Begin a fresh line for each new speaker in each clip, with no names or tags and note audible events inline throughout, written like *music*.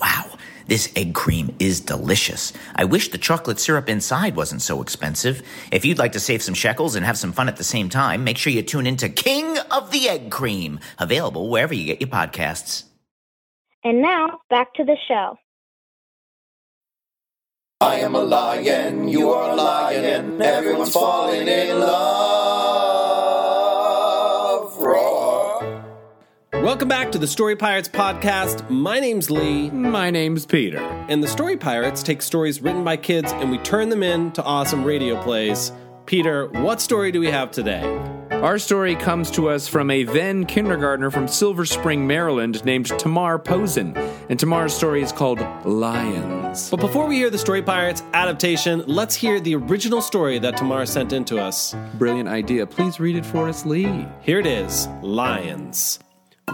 Wow, this egg cream is delicious. I wish the chocolate syrup inside wasn't so expensive. If you'd like to save some shekels and have some fun at the same time, make sure you tune in to King of the Egg Cream, available wherever you get your podcasts.
And now back to the show.
I am a lion, you are a lion, everyone's falling in love. Roar.
Welcome back to the Story Pirates podcast. My name's Lee,
My name's Peter.
and the Story Pirates take stories written by kids and we turn them into awesome radio plays. Peter, what story do we have today?
Our story comes to us from a then kindergartner from Silver Spring, Maryland, named Tamar Posen. And Tamar's story is called Lions.
But before we hear the Story Pirates adaptation, let's hear the original story that Tamara sent in to us.
Brilliant idea. Please read it for us, Lee.
Here it is Lions.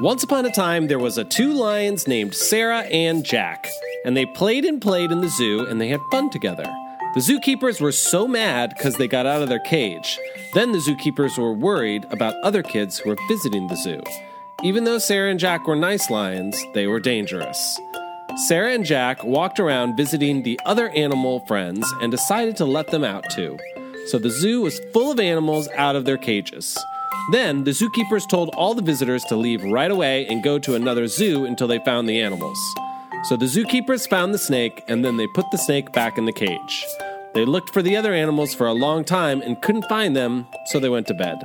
Once upon a time, there was a two lions named Sarah and Jack, and they played and played in the zoo and they had fun together. The zookeepers were so mad because they got out of their cage. Then the zookeepers were worried about other kids who were visiting the zoo. Even though Sarah and Jack were nice lions, they were dangerous. Sarah and Jack walked around visiting the other animal friends and decided to let them out too. So the zoo was full of animals out of their cages. Then the zookeepers told all the visitors to leave right away and go to another zoo until they found the animals. So the zookeepers found the snake and then they put the snake back in the cage. They looked for the other animals for a long time and couldn't find them, so they went to bed.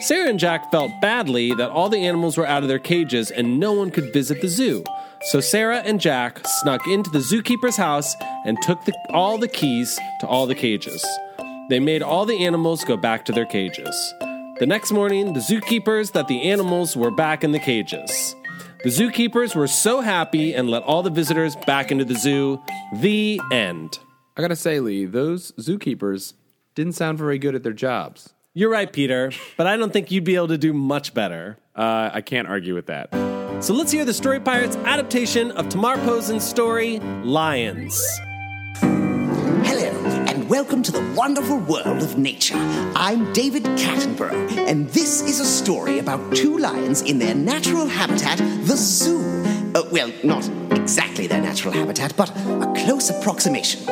Sarah and Jack felt badly that all the animals were out of their cages and no one could visit the zoo. So Sarah and Jack snuck into the zookeeper's house and took the, all the keys to all the cages. They made all the animals go back to their cages. The next morning, the zookeepers that the animals were back in the cages. The zookeepers were so happy and let all the visitors back into the zoo. The end.
I gotta say, Lee, those zookeepers didn't sound very good at their jobs.
You're right, Peter, but I don't think you'd be able to do much better.
Uh, I can't argue with that.
So let's hear the Story Pirates adaptation of Tamar Posen's story, Lions.
Hello, and welcome to the wonderful world of nature. I'm David Cattenborough, and this is a story about two lions in their natural habitat, the zoo. Uh, well, not exactly their natural habitat, but a close approximation.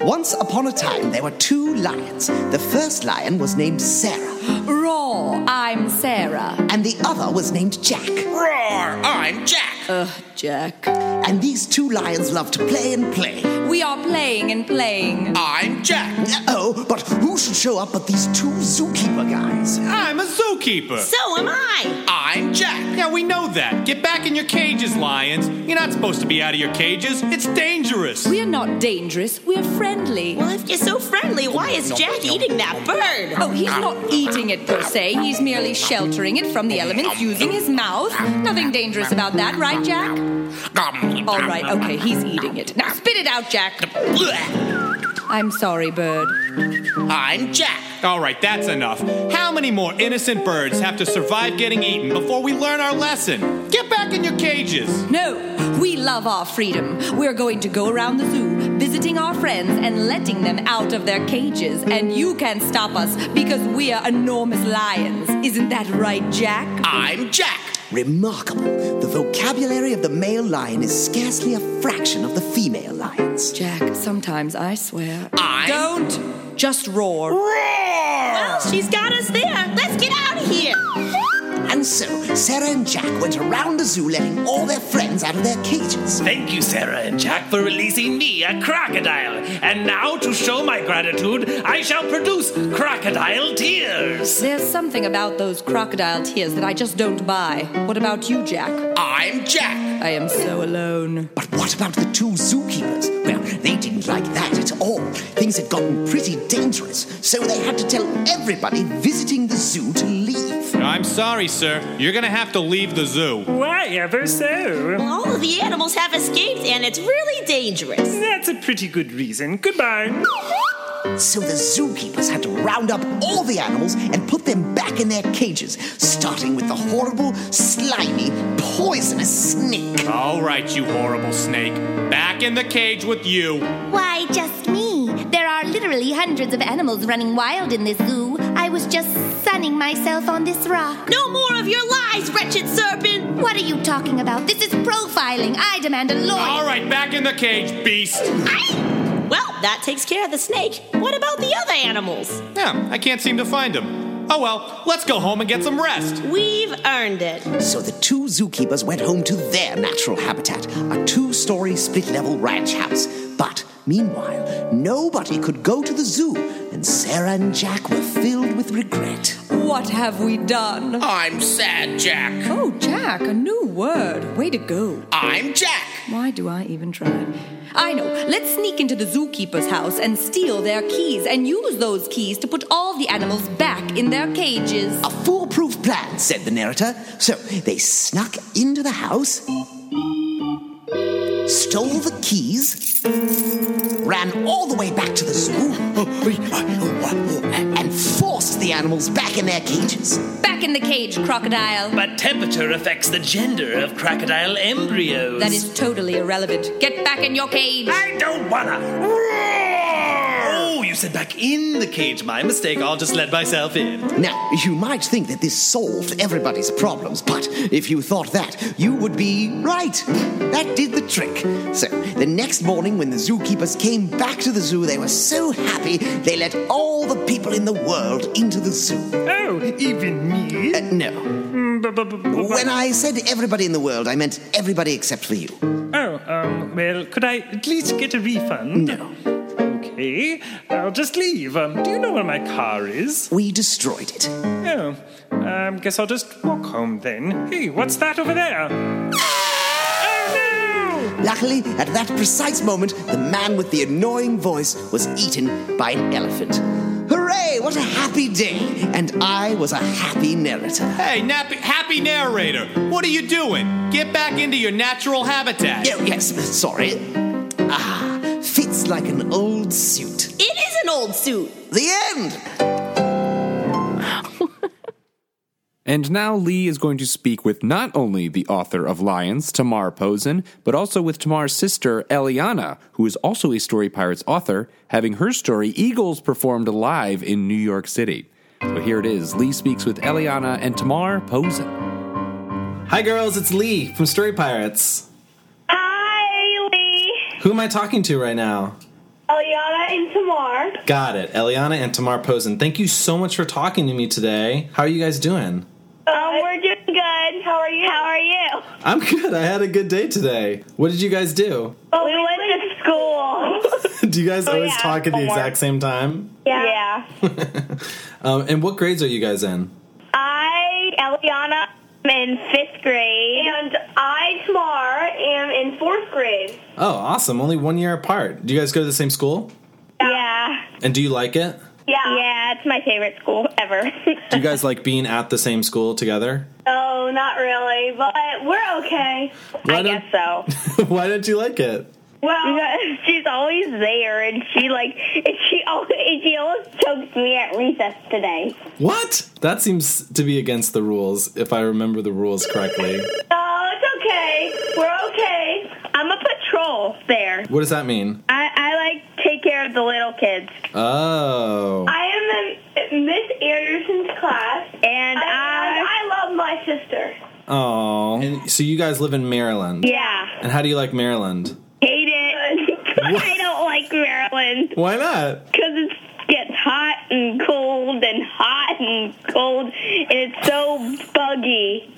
Once upon a time, there were two lions. The first lion was named Sarah,
Roar, I'm Sarah.
and the other was named Jack.
Roar, I'm Jack.
Ugh, Jack.
And these two lions loved to play and play.
We are playing and playing.
I'm Jack.
Oh, but who should show up but these two zookeeper guys?
I'm a zookeeper.
So am I.
I'm Jack.
Yeah, we know that. Get back in your cages, lions. You're not supposed to be out of your cages. It's dangerous.
We are not dangerous, we are friendly.
Well, if you're so friendly,
why is Jack eating that bird?
Oh, he's not eating it per se. He's merely sheltering it from the elements using his mouth. Nothing dangerous about that, right, Jack? All right, okay, he's eating it. Now spit it out, Jack. I'm sorry, bird.
I'm Jack.
All right, that's enough. How many more innocent birds have to survive getting eaten before we learn our lesson? Get back in your cages.
No, we love our freedom. We're going to go around the zoo, visiting our friends and letting them out of their cages. And you can't stop us because we are enormous lions. Isn't that right, Jack?
I'm Jack.
Remarkable. The vocabulary of the male lion is scarcely a fraction of the female lion's.
Jack, sometimes I swear.
I'm-
Don't! Just roar.
Well, she's got us there. Let's get out of here.
And so, Sarah and Jack went around the zoo letting all their friends out of their cages.
Thank you, Sarah and Jack, for releasing me, a crocodile. And now, to show my gratitude, I shall produce crocodile tears.
There's something about those crocodile tears that I just don't buy. What about you, Jack?
I'm Jack.
I am so alone.
But what about the two zookeepers? Well, they didn't like that at all. Things had gotten pretty dangerous, so they had to tell everybody visiting the zoo to leave.
I'm sorry, sir. You're gonna have to leave the zoo.
Why ever so?
All of the animals have escaped, and it's really dangerous.
That's a pretty good reason. Goodbye.
So the zookeepers had to round up all the animals and put them back in their cages, starting with the horrible, slimy, poisonous snake.
All right, you horrible snake. Back in the cage with you.
Why, just me. There are literally hundreds of animals running wild in this zoo. I was just sunning myself on this rock.
No more of your lies, wretched serpent.
What are you talking about? This is profiling. I demand a lawyer.
All right, back in the cage, beast.
Aye. Well, that takes care of the snake. What about the other animals?
Yeah, I can't seem to find him. Oh well, let's go home and get some rest.
We've earned it.
So the two zookeepers went home to their natural habitat, a two story split level ranch house. But meanwhile, nobody could go to the zoo, and Sarah and Jack were filled with regret.
What have we done?
I'm sad, Jack.
Oh, Jack, a new word. Way to go.
I'm Jack.
Why do I even try? I know. Let's sneak into the zookeeper's house and steal their keys and use those keys to put all the animals back in their cages.
A foolproof plan, said the narrator. So they snuck into the house, stole the keys, ran all the way back to the zoo, *gasps* and forced the animals back in their cages.
Back in the cage, crocodile.
But temperature affects the gender of crocodile embryos.
That is totally irrelevant. Get back in your cage.
I don't wanna. Oh, you said back in the cage. My mistake. I'll just let myself in.
Now, you might think that this solved everybody's problems, but if you thought that, you would be right. That did the trick. So, the next morning when the zookeepers came back to the zoo, they were so happy they let all the people in the world into the zoo.
Oh, even me? Mm,
Uh, no. When I said everybody in the world, I meant everybody except for you.
Oh, um, well, could I at least get a refund?
No.
Okay, I'll just leave. Um, do you know where my car is?
We destroyed it.
Oh, um, guess I'll just walk home then. Hey, what's that over there? Oh no!
Luckily, at that precise moment, the man with the annoying voice was eaten by an elephant. Hooray! What a happy day! And I was a happy narrator.
Hey, nappy, happy narrator. What are you doing? Get back into your natural habitat.
Oh, yes, sorry. Ah, fits like an old suit.
It is an old suit.
The end!
And now Lee is going to speak with not only the author of Lions, Tamar Posen, but also with Tamar's sister, Eliana, who is also a Story Pirates author, having her story, Eagles, performed live in New York City. So here it is Lee speaks with Eliana and Tamar Posen.
Hi, girls. It's Lee from Story Pirates.
Hi, Lee.
Who am I talking to right now?
Eliana and Tamar.
Got it. Eliana and Tamar Posen. Thank you so much for talking to me today. How are you guys doing?
Um, we're doing good. How are you? How are you?
I'm *laughs* good. I had a good day today. What did you guys do? *laughs*
Well, we went to school.
Do you guys always
Oh, yeah,
talk at the
homework.
exact same time?
*laughs* yeah.
Um, and what grades are you guys in?
I, Eliana, am in fifth grade. And I, Tamar, am in fourth grade.
Oh, awesome. Only one year apart. Do you guys go to the same school?
Yeah.
And do you like it?
Yeah. Yeah, it's my favorite school ever. *laughs*
Do you guys like being at the same school
*laughs*
together?
oh, not really, but we're okay. I guess so.
Why don't you like it?
*laughs* Well, she's always there, and she like, *laughs* and she always, and she always choked me at recess today.
What? That seems to be against the rules, if I remember the rules correctly.
Oh, it's okay. We're okay. I'm a patrol there.
What does that mean?
I, I like take care of the little kids.
Oh.
I am in Miss Anderson's class, and I I love my sister.
Oh. And so you guys live in Maryland?
Yeah.
And how do you like Maryland?
Hate *laughs* it. I don't like Maryland
Why not?
because it gets hot and cold and hot and cold, and it's so buggy.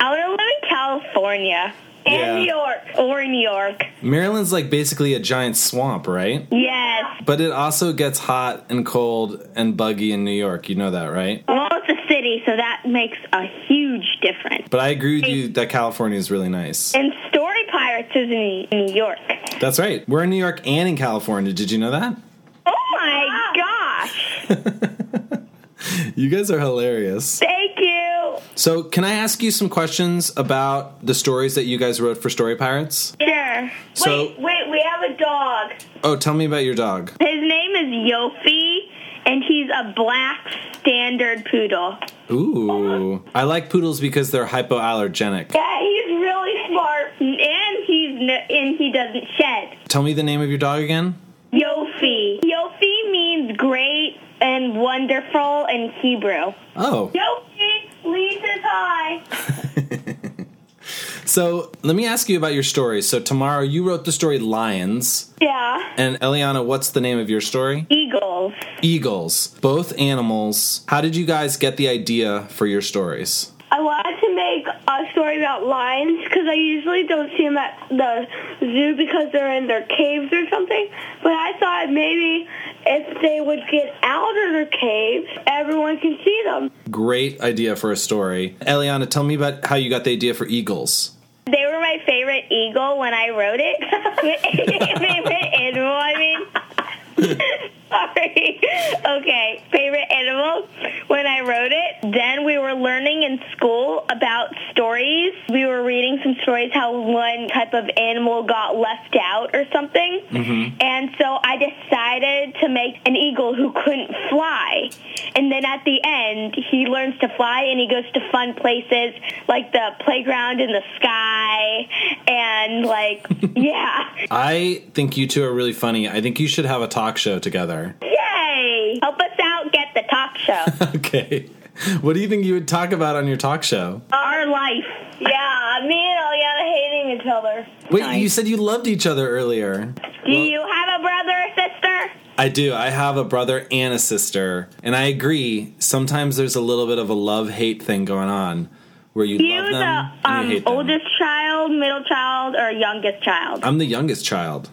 I want to live in California and
Yeah.
New York or New York.
Maryland's like basically a giant swamp, right?
Yes.
But it also gets hot and cold and buggy in New York. You know that, right?
Well, it's a city, so that makes a huge difference.
But I agree with you that California is really nice.
And Story Pirates is in New York.
That's right. We're in New York and in California. Did you know that?
Oh my gosh!
You guys are hilarious.
Thank you.
So, can I ask you some questions about the stories that you guys wrote for Story Pirates?
Sure.
So-
wait, wait, we have a dog.
Oh, tell me about your dog.
His name is Yofi, and he's a black standard poodle.
Ooh. I like poodles because they're hypoallergenic.
Yeah, he's really smart, and he's n- and he doesn't shed.
Tell me the name of your dog again.
Yofi. Yofi means great and wonderful in Hebrew.
Oh.
Yofi, Lisa's high.
So, let me ask you about your stories. So, tomorrow you wrote the story Lions.
Yeah.
And Eliana, what's the name of your story?
Eagles.
Eagles. Both animals. How did you guys get the idea for your stories?
I wanted to make a story about lions because I usually don't see them at the zoo because they're in their caves or something. But I thought maybe if they would get out of their caves, everyone can see them.
Great idea for a story. Eliana, tell me about how you got the idea for eagles.
They were my favorite eagle when I wrote it. *laughs* favorite animal, I mean. *laughs* Sorry. Okay, favorite animal when I wrote it. Then we were learning in school about stories. We were reading some stories how one type of animal got left out or something.
Mm-hmm.
And so I decided to make an eagle who couldn't fly. And then at the end, he learns to fly and he goes to fun places like the playground in the sky
*laughs*
and like, yeah.
I think you two are really funny. I think you should have a talk show together. *laughs*
Yay! Help us out, get the talk show.
Okay. What do you think you would talk about on your talk show?
Our life. Yeah, me and Eliana hating each other.
Wait, you said you loved each other earlier.
Do you have a brother or sister?
I do. I have a brother and a sister. And I agree, sometimes there's a little bit of a love hate thing going on where you
You
love them
the
and you
um,
hate them.
oldest child, middle child, or
*laughs*
youngest child?
I'm the youngest child.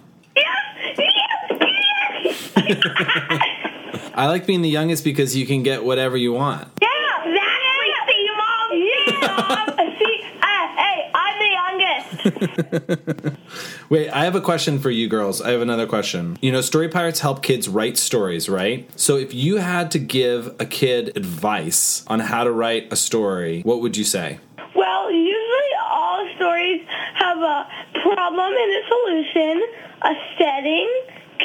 I like being the youngest because you can get whatever you want.
Yeah, that's see, mom. Yeah, mom. see, uh, hey, I'm the youngest.
Wait, I have a question for you girls. I have another question. You know, story pirates help kids write stories, right? So if you had to give a kid advice on how to write a story, what would you say?
Well, usually all stories have a problem and a solution, a setting,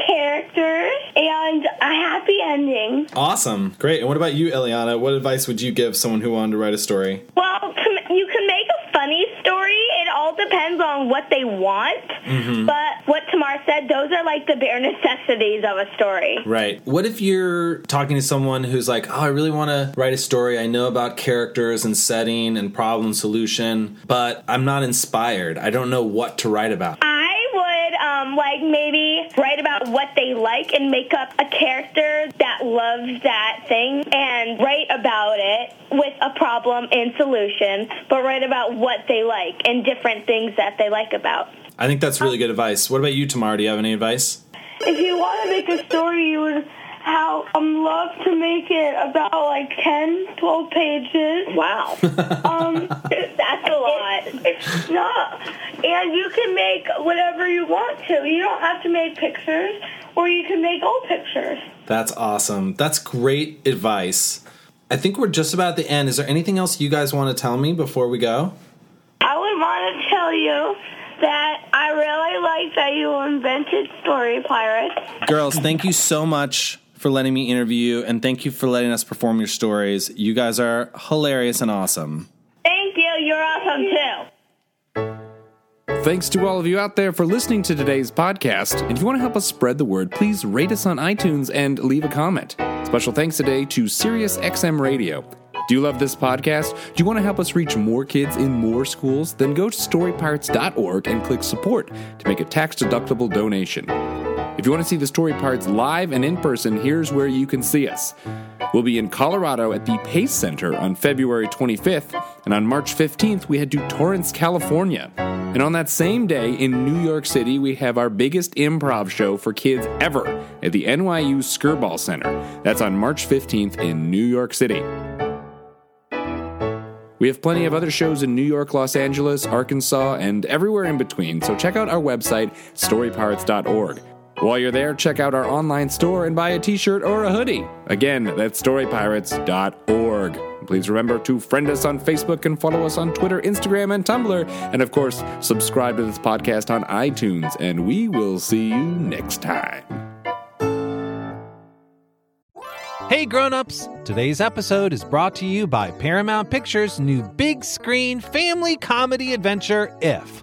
characters, and a happy ending.
Awesome. Great. And what about you, Eliana? What advice would you give someone who wanted to write a story?
Well, com- you can make a funny story. It all depends on what they want.
Mhm.
But what Tamar said, those are like the bare necessities of a story.
Right. What if you're talking to someone who's like, oh, I really want to write a story. I know about characters and setting and problem solution, but I'm not inspired. I don't know what to write about.
I would um, like maybe write about what they like and make up a character that loves that thing and write about it with a problem and solution, but write about what they like and different things that they like about.
I think that's really good advice. What about you, Tamara? Do you have any advice?
If you want to make a story, you would how I'm love to make it about like 10, 12 pages. Wow. *laughs* um, That's a lot. it's not. And you can make whatever you want to. You don't have to make pictures, or you can make old pictures.
That's awesome. That's great advice. I think we're just about at the end. Is there anything else you guys want to tell me before we go?
I would want to tell you that I really like that you invented Story Pirates.
Girls, thank you so much for letting me interview you, and thank you for letting us perform your stories. You guys are hilarious and awesome.
Thank you. You're awesome too.
Thanks to all of you out there for listening to today's podcast. And if you want to help us spread the word, please rate us on iTunes and leave a comment. Special thanks today to Sirius XM Radio. Do you love this podcast? Do you want to help us reach more kids in more schools? Then go to storypirates.org and click support to make a tax deductible donation. If you want to see the Story Pirates live and in person, here's where you can see us. We'll be in Colorado at the Pace Center on February 25th, and on March 15th, we head to Torrance, California. And on that same day in New York City, we have our biggest improv show for kids ever at the NYU Skirball Center. That's on March 15th in New York City. We have plenty of other shows in New York, Los Angeles, Arkansas, and everywhere in between, so check out our website, storypirates.org. While you're there, check out our online store and buy a t shirt or a hoodie. Again, that's storypirates.org. Please remember to friend us on Facebook and follow us on Twitter, Instagram, and Tumblr. And of course, subscribe to this podcast on iTunes. And we will see you next time.
Hey grown-ups, today's episode is brought to you by Paramount Pictures' new big screen family comedy adventure If.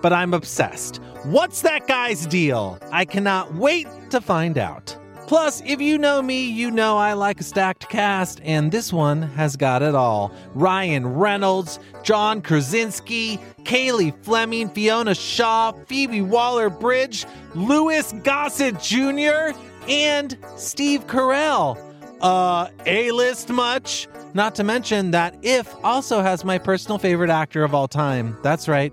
but I'm obsessed. What's that guy's deal? I cannot wait to find out. Plus, if you know me, you know I like a stacked cast, and this one has got it all. Ryan Reynolds, John Krasinski, Kaylee Fleming, Fiona Shaw, Phoebe Waller Bridge, Louis Gossett Jr., and Steve Carell. Uh, A list much? Not to mention that If also has my personal favorite actor of all time. That's right,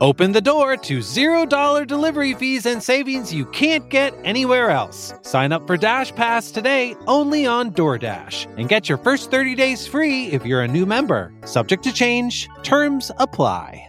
Open the door to $0 delivery fees and savings you can't get anywhere else. Sign up for Dash Pass today only on DoorDash and get your first 30 days free if you're a new member. Subject to change, terms apply.